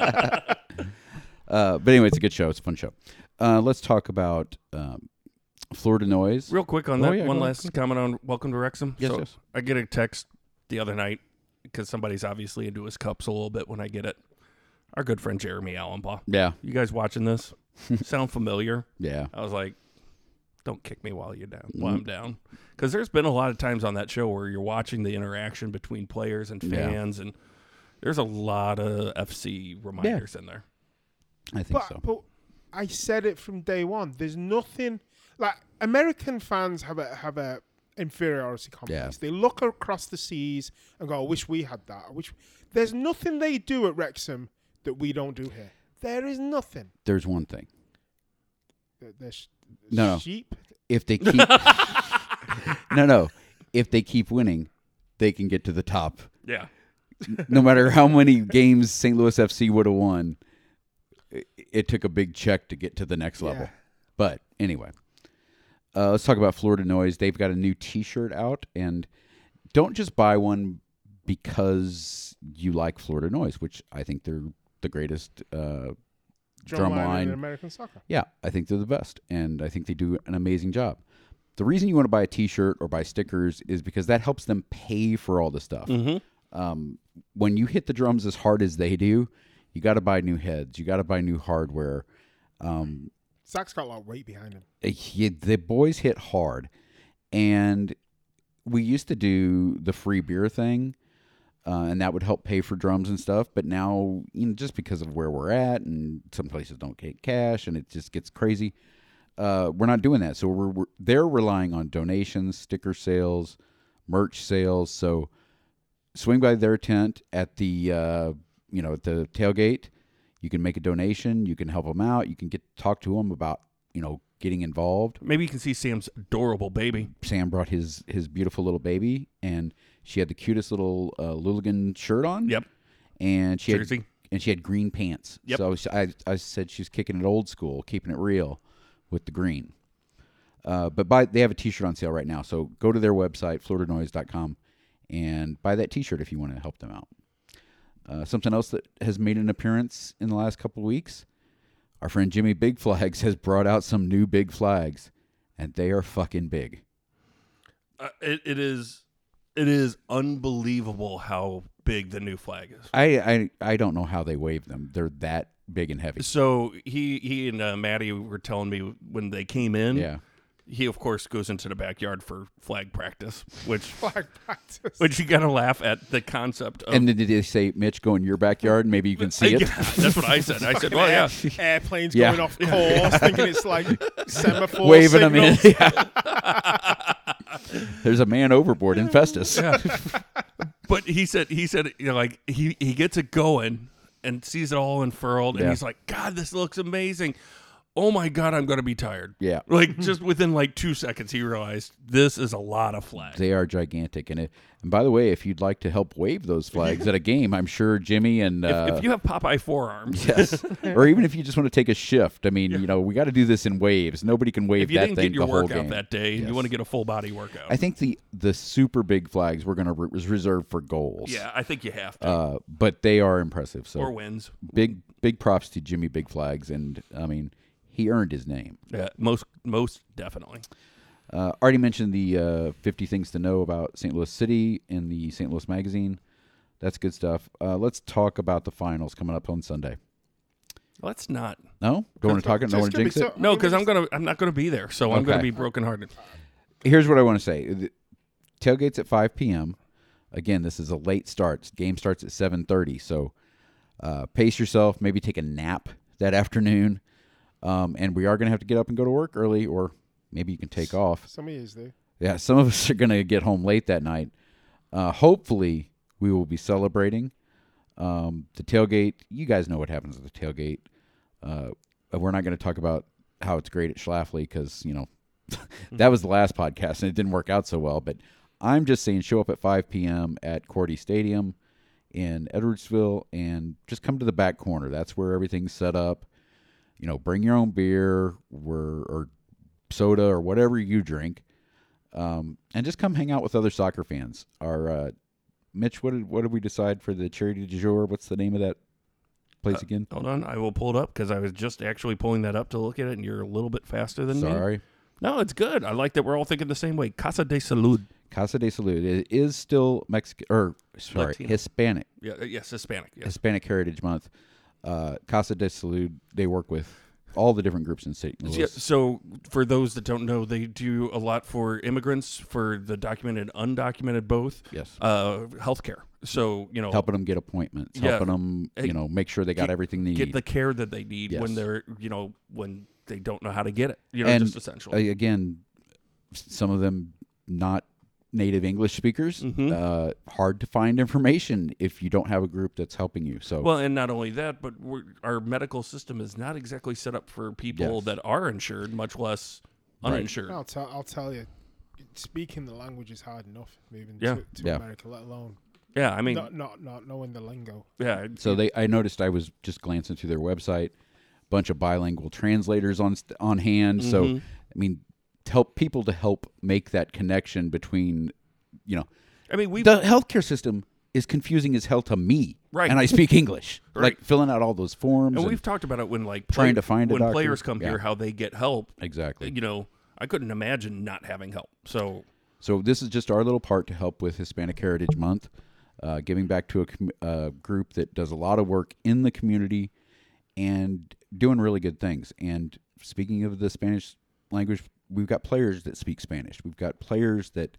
Uh, but anyway, it's a good show. It's a fun show. Uh, let's talk about um, Florida Noise. Real quick on Oh, that yeah, one go last comment on Welcome to Wrexham. Yes, so yes. I get a text the other night because somebody's obviously into his cups a little bit when I get it. Our good friend Jeremy Allenbaugh. Yeah, You guys watching [laughs] this? Sound familiar? yeah. I was like, don't kick me while you're down, Mm. while I'm down. Because there's been a lot of times on that show where you're watching the interaction between players and Yeah. fans, and there's a lot of FC reminders in there. I think but, so. but I said it from day one. There's nothing like American fans have a have a inferiority complex. They look across the seas and go, "I wish we had that." I wish there's nothing they do at Wrexham that we don't do here. There is nothing. There's one thing. There- There's No, no. sheep. If they keep, [laughs] no, no. If they keep winning, they can get to the top. Yeah. No matter how many games St. Louis FC would have won, it, it took a big check to get to the next level. Yeah. But anyway, uh, let's talk about Florida Noise. They've got a new T-shirt out, and don't just buy one because you like Florida Noise, which I think they're the greatest. Uh, Drumline in Drumline. American soccer. yeah, I think they're the best, and I think they do an amazing job. The reason you want to buy a T-shirt or buy stickers is because that helps them pay for all the stuff. Um, when you hit the drums as hard as they do, you got to buy new heads. You got to buy new hardware. Um, Zach's got a lot of weight behind him. [laughs] he, the boys hit hard and we used to do the free beer thing uh, and that would help pay for drums and stuff but now you know, just because of where we're at and some places don't get cash and it just gets crazy uh, we're not doing that so we're, we're they're relying on donations sticker sales merch sales so swing by their tent at the uh, you know at the tailgate you can make a donation you can help them out you can get talk to them about you know getting involved Maybe you can see Sam's adorable baby. Sam brought his his beautiful little baby, and she had the cutest little uh, Lilligan shirt on. Yep. and she Jersey. had and she had green pants. Yep. So she- I I said she's kicking it old school, keeping it real with the green. Uh, but buy they have a T-shirt on sale right now, so go to their website floridanoise.com and buy that T-shirt if you want to help them out. Uh, something else that has made an appearance in the last couple weeks, our friend Jimmy Big Flags [laughs] has brought out some new big flags, and they are fucking big. Uh, it, it is it is unbelievable how big the new flag is. I, I I don't know how they wave them. They're that big and heavy. So he he and uh, Maddie were telling me when they came in. Yeah. He of course goes into the backyard for flag practice, which [laughs] Flag practice. [laughs] which you gotta laugh at the concept of. And then did they say, Mitch, go in your backyard and maybe you can see it? Yeah, [laughs] that's what I said. I said, well, yeah. Air- Airplanes Yeah. going off course, thinking it's [laughs] like semaphore Waving them in. signals. [laughs] [laughs] Yeah. There's a man overboard in Festus. But he said he said you know like he he gets it going and sees it all unfurled and Yeah. he's like, God, this looks amazing. Oh my God, I'm gonna be tired. Yeah. Like just within like two seconds, he realized this is a lot of flags. They are gigantic. And, it, and by the way, if you'd like to help wave those flags at a game, I'm sure Jimmy and. Uh, if you have Popeye forearms, [laughs] yes. Or even if you just want to take a shift. I mean, you know, we got to do this in waves. Nobody can wave if you that didn't thing get your the whole workout game. that day and you Yes. want to get a full body workout, I think the, the super big flags we're going to re- reserve for goals. yeah, I think you have to Uh, but they are impressive. So or wins. big big props to Jimmy Big Flags, and I mean he earned his name. Yeah, most most definitely. Uh, already mentioned the uh, 50 things to know about St. Louis City in the St. Louis Magazine. That's good stuff. Uh, let's talk about the finals coming up on Sunday. Let's not. No, don't want to talk it. Don't It's want to gonna be jinx it. so- No, because I'm gonna I'm not gonna be there, so I'm gonna Okay. be brokenhearted. Here's what I want to say. The- Tailgates at 5 p.m. Again, this is a late start. Game starts at 7:30, so uh, pace yourself. Maybe take a nap that afternoon. Um, and we are going to have to get up and go to work early, or maybe you can take off. Some of you is there. Yeah, some of us are going to get home late that night. Uh, hopefully, we will be celebrating. Um, the tailgate, you guys know what happens at the tailgate. Uh, we're not going to talk about how it's great at Schlafly because, you know, [laughs] that was the last podcast and it didn't work out so well. But I'm just saying show up at 5 p.m. at Cordy Stadium in Edwardsville and just come to the back corner. That's where everything's set up. You know, bring your own beer or, or soda or whatever you drink um, and just come hang out with other soccer fans. Our uh, Mitch, what did what did we decide for the charity du jour? What's the name of that Uh, place again? Hold on, I will pull it up because I was just actually pulling that up to look at it, and you're a little bit faster than me. Sorry, No, it's good. I like that we're all thinking the same way. Casa de Salud. Casa de Salud. It is still Mexican or sorry Latino. Hispanic Yeah, uh, yes, Hispanic. Yes. Hispanic Heritage Month. Uh, Casa de Salud. They work with all the different groups in St. Louis. Yeah, so for those that don't know, they do a lot for immigrants, for the documented, undocumented, both. Yes. Uh, healthcare. So you know, Helping them get appointments, Yeah. helping them, Hey, you know, make sure they got get- everything they get need. the care that they need when Yes. they're you know when they don't know how to get it. You know, And, just essential. a- again, s- some of them not native English speakers. Mm-hmm. Uh, hard to find information if you don't have a group that's helping you. So well, and not only that, but we're, our medical system is not exactly set up for people Yes. that are insured, much less uninsured. I'll tell. I'll tell you. Speaking the language is hard enough. Moving Yeah. to, to Yeah. America, let alone Yeah, I mean, not, not not knowing the lingo. yeah, so they I noticed I was just glancing through their website bunch of bilingual translators on st- on hand. So Mm-hmm. I mean, to help people to help make that connection between, you know, I mean, we the healthcare system is confusing as hell to me. Right. And I speak English. [laughs] Right. Like filling out all those and forms. and- we've talked about it when like Trying to find a when doctor. players come Yeah. here how they get help. exactly. You know, I couldn't imagine not having help. So So this is just our little part to help with Hispanic Heritage Month, uh, giving back to a com- uh, group that does a lot of work in the community and doing really good things. And speaking of the Spanish language, we've got players that speak Spanish. We've got players that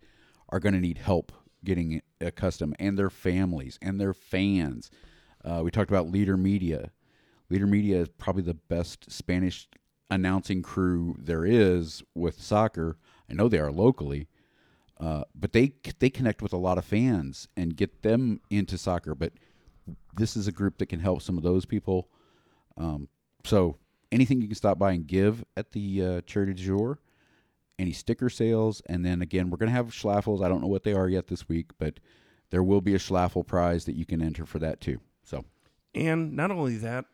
are going to need help getting accustomed, and their families and their fans. Uh, we talked about Leader Media. Leader Media is probably the best Spanish announcing crew there is with soccer. I know they are locally, uh, but they they connect with a lot of fans and get them into soccer. But this is a group that can help some of those people. Um, so anything you can stop by and give at the uh, charity du jour, any sticker sales, and then again we're gonna have schlaffles. I don't know what they are yet this week, but there will be a schlaffle prize that you can enter for that too. So and not only that,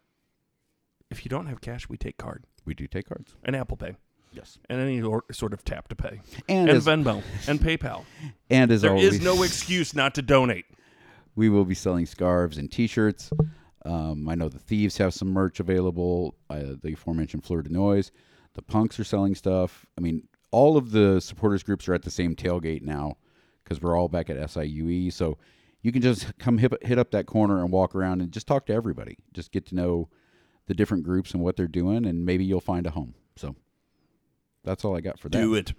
if you don't have cash, we take card we do take cards. and Apple Pay Yes, and any or, sort of tap to pay and, and as, Venmo [laughs] and PayPal. and as There always, is no excuse not to donate. We will be selling scarves and T-shirts. Um, I know the thieves have some merch available. Uh, the aforementioned Fleur de Noise, the punks are selling stuff. I mean, all of the supporters groups are at the same tailgate now because we're all back at SIUE. E. So you can just come hit, hit up that corner and walk around and just talk to everybody. Just get to know the different groups and what they're doing, and maybe you'll find a home. So that's all I got for that. Do it.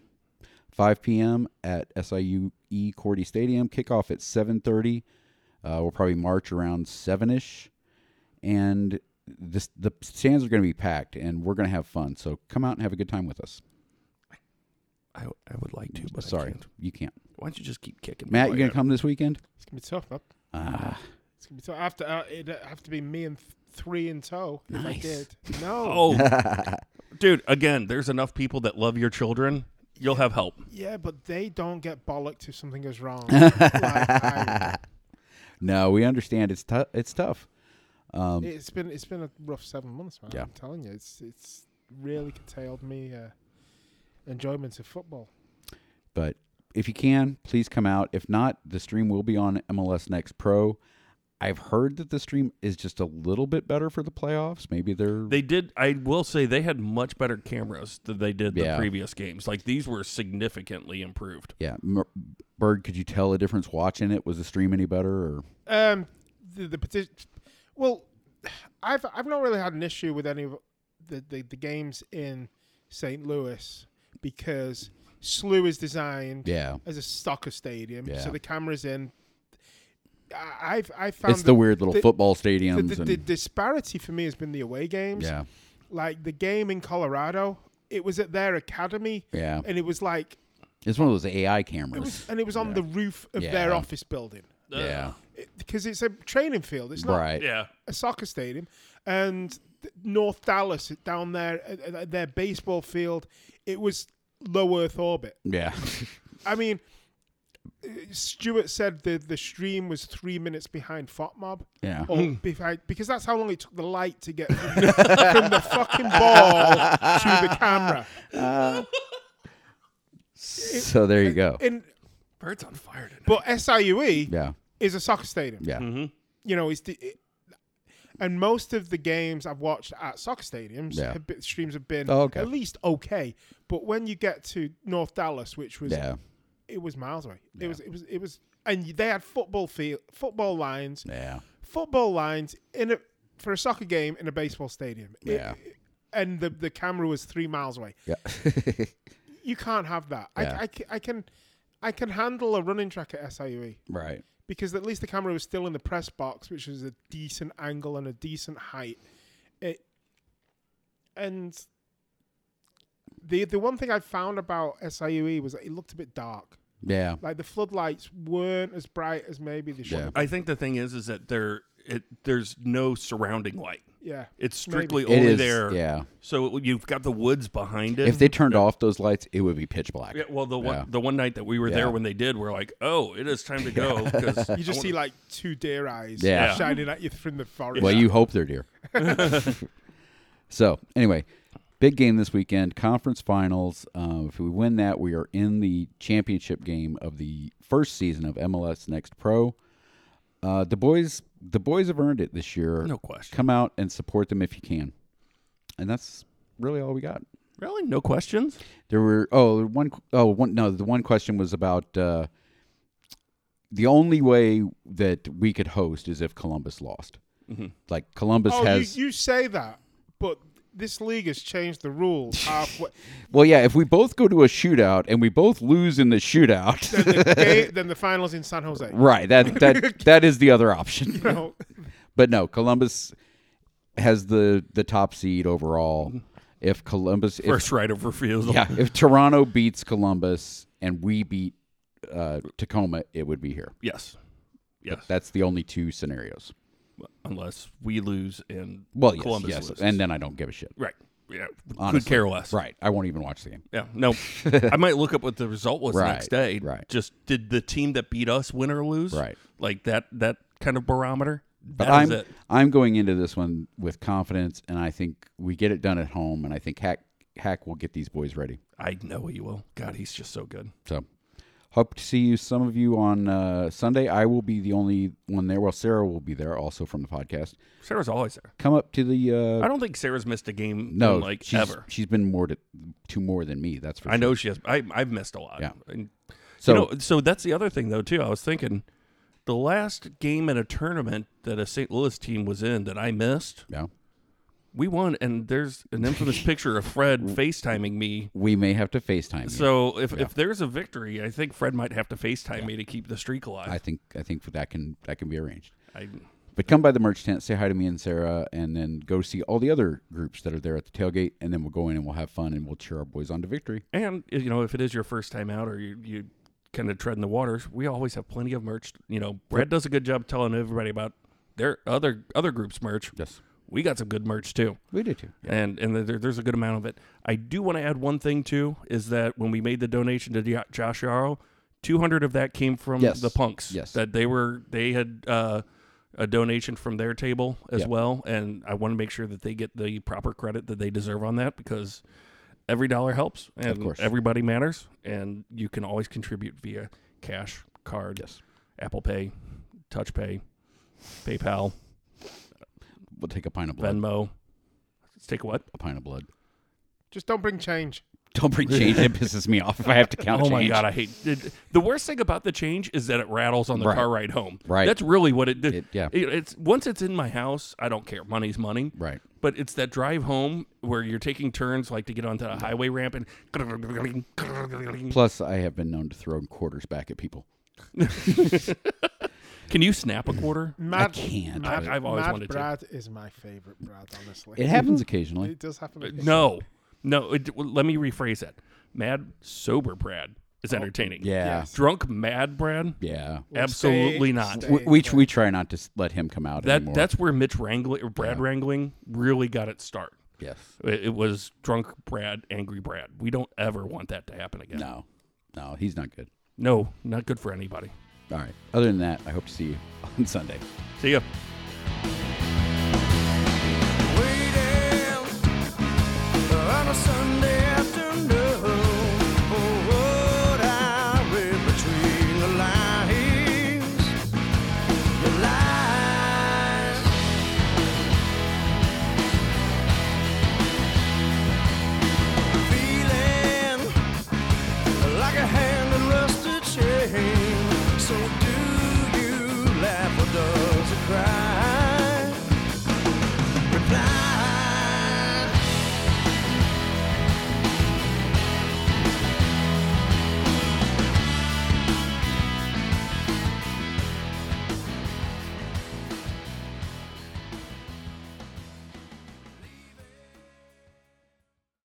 5 p.m. at SIUE E Cordy Stadium. Kickoff at 7:30. Uh, we'll probably march around seven ish, and this, the stands are going to be packed, and we're going to have fun. So come out and have a good time with us. I, I would like to, but I Sorry, can't. Oh, you can't. Why don't you just keep kicking? me Matt, while you going at to come this weekend? It's gonna be tough, man. Ah, It's gonna be tough. I have to. Uh, it'd have to be me and th- three in tow. If I Nice. did. No. [laughs] Oh, [laughs] dude! Again, there's enough people that love your children. You'll have help. Yeah, but they don't get bollocked if something [laughs] goes wrong. Like, I- no, we understand. It's tough. It's tough. Um, it's been it's been a rough seven months, man. Yeah. I'm telling you, it's it's really curtailed me uh, enjoyment of football. but if you can, please come out. If not, the stream will be on MLS Next Pro. I've heard that the stream is just a little bit better for the playoffs. Maybe they're They did. I will say they had much better cameras than they did the Yeah. previous games. Like these were significantly improved. Yeah, M- Bird, could you tell a difference watching it? Was the stream any better? Or Um, the, the petition. Well, I've I've not really had an issue with any of the the, the games in St. Louis because SLU is designed yeah, as a soccer stadium, Yeah. so the cameras in. I- I've I found it's the weird little the- football the, stadiums. the, and, the disparity for me has been the away games. yeah, Like the game in Colorado, it was at their academy, yeah, and it was like it's one of those AI it was, cameras. and it was on Yeah. the roof of Yeah. their office building yeah, because it's a training field. uh, It's not right. yeah. a soccer stadium, and th- North Dallas down there, at- at their baseball field, it was low Earth orbit. [laughs] Yeah, I mean, uh, Stuart said the the stream was three minutes behind Fot Mob, yeah, or behind, because that's how long it took the light to get from, [laughs] from the fucking ball to the [laughs] camera. So there you go. And Bird's on fire tonight. but SIUE Yeah, E is a soccer stadium. yeah, you know, it's the. It, and most of the games I've watched at soccer stadiums, Yeah. have been, streams have been Oh, okay. at least okay. But when you get to North Dallas, which was yeah, it was miles away, it was it was it was, and they had football field, football lines, yeah, football lines in a for a soccer game in a baseball stadium. It- Yeah. and the the camera was three miles away. yeah. [laughs] You can't have that. I- Yeah. I, ca- I can, I can handle a running track at SIUE right. because at least the camera was still in the press box, which was a decent angle and a decent height. It and the the one thing I found about SIUE E was that it looked a bit dark. Yeah, Like the floodlights weren't as bright as maybe they should. Yeah. have been. I think the thing is, is that there it there's no surrounding light. Yeah. It's strictly it only is. there. Yeah, So you've got the woods behind it. if they turned off those lights, it would be pitch black. yeah, well, the one Yeah. the one night that we were there Yeah. when they did, we're like, oh, it is time to [laughs] go because You just see like two deer eyes Yeah. shining at you from the forest. Well, you hope they're deer. So anyway, big game this weekend, conference finals. Um, if we win that, we are in the championship game of the first season of MLS Next Pro. Uh, the boys, the boys have earned it this year. No question. Come out and support them if you can, and that's really all we got. Really? No questions? There were oh there were one oh one no the one question was about uh, the only way that we could host is if Columbus lost. Like Columbus Oh, has you, you say that, but this league has changed [laughs] the rules halfway. well yeah if we both go to a shootout and we both lose in the shootout then, the ga- then the finals in San Jose. [laughs] Oh, right that [laughs] that that is the other option. No, But no Columbus has the the top seed overall. If Columbus if First right of refusal. yeah if Toronto beats Columbus and we beat uh, Tacoma it would be here. Yes. Yes. That's the only two scenarios. Unless we lose and Well, yes, Columbus yes, loses. and then I don't give a shit. right. Yeah. Could Honestly. care less. Right, I won't even watch the game. Yeah. [laughs] No. I might look up what the result was Right, next day. right. Just did the team that beat us win or lose? Right. Like that that kind of barometer. That But is I'm it. I'm going into this one with confidence, and I think we get it done at home, and I think Hack Hack will get these boys ready. I know he will. God, he's just so good. So hope to see you some of you on uh, Sunday. I will be the only one there. Well, Sarah will be there also from the podcast. Sarah's always there. Come up to the uh, I don't think Sarah's missed a game no in, like she's, ever. She's been more to two more than me. That's for I sure. know she has. I, I've missed a lot. Yeah. And, So you know, so that's the other thing though too. I was thinking, the last game in a tournament that a St. Louis team was in that I missed, yeah, we won. And there's an [laughs] infamous picture of Fred FaceTiming me. we may have to Facetime. you. So if, if there's a victory, I think Fred might have to FaceTime me to keep the streak I alive. think I think that can that can be arranged. I, But come by the merch tent, say hi to me and Sarah, and then go see all the other groups that are there at the tailgate, and then we'll go in and we'll have fun and we'll cheer our boys on to victory. and you know, if it is your first time out or you you kind of treading the waters, we always have plenty of merch. You know, Brad does a good job telling everybody about their other other groups merch. Yes. We got some good merch too. We do too. and and there, there's a good amount of it. I do want to add one thing too is that when we made the donation to Jo- Josh Yarrow, 200 of that came from Yes. the punks. Yes. that they were they had uh, a donation from their table as Yeah. well, and I want to make sure that they get the proper credit that they deserve on that because every dollar helps, and course. everybody matters, and you can always contribute via cash, card, Yes. Apple Pay, Touch Pay, PayPal, We'll take a pint of blood. Venmo. Let's take what? A pint of blood. just don't bring change. Don't bring change. it pisses me off if I have to count Oh my change. god, I hate it, the worst thing about the change is that it rattles on the Right. car ride home. Right. That's really what it did. It- yeah. it's once it's in my house, I don't care. Money's money. Right. But it's that drive home where you're taking turns like to get onto the highway ramp and Plus, I have been known to throw quarters back at people. Can you snap a quarter? Mad, can't, Mad, but- I've always Mad wanted to. Brad is my favorite Brad, honestly. It happens [laughs] occasionally. [laughs] It does happen. No. No, it, well, let me rephrase that. Mad sober Brad is entertaining. Oh, Yeah. Yes. Drunk mad Brad? Yeah. Absolutely not. We, we, we try not to s- let him come out That anymore. that's where Mitch Wrangling or Brad Wrangling really got its start. yes. It, it was drunk Brad, angry Brad. We don't ever want that to happen again. No. No, he's not good. No, not good for anybody. All right. Other than that, I hope to see you [laughs] on Sunday. See ya. Waiting on a Sunday afternoon for what I read between the lines, the lines. Feeling like a hand in rusted chain. So do you laugh or does it cry?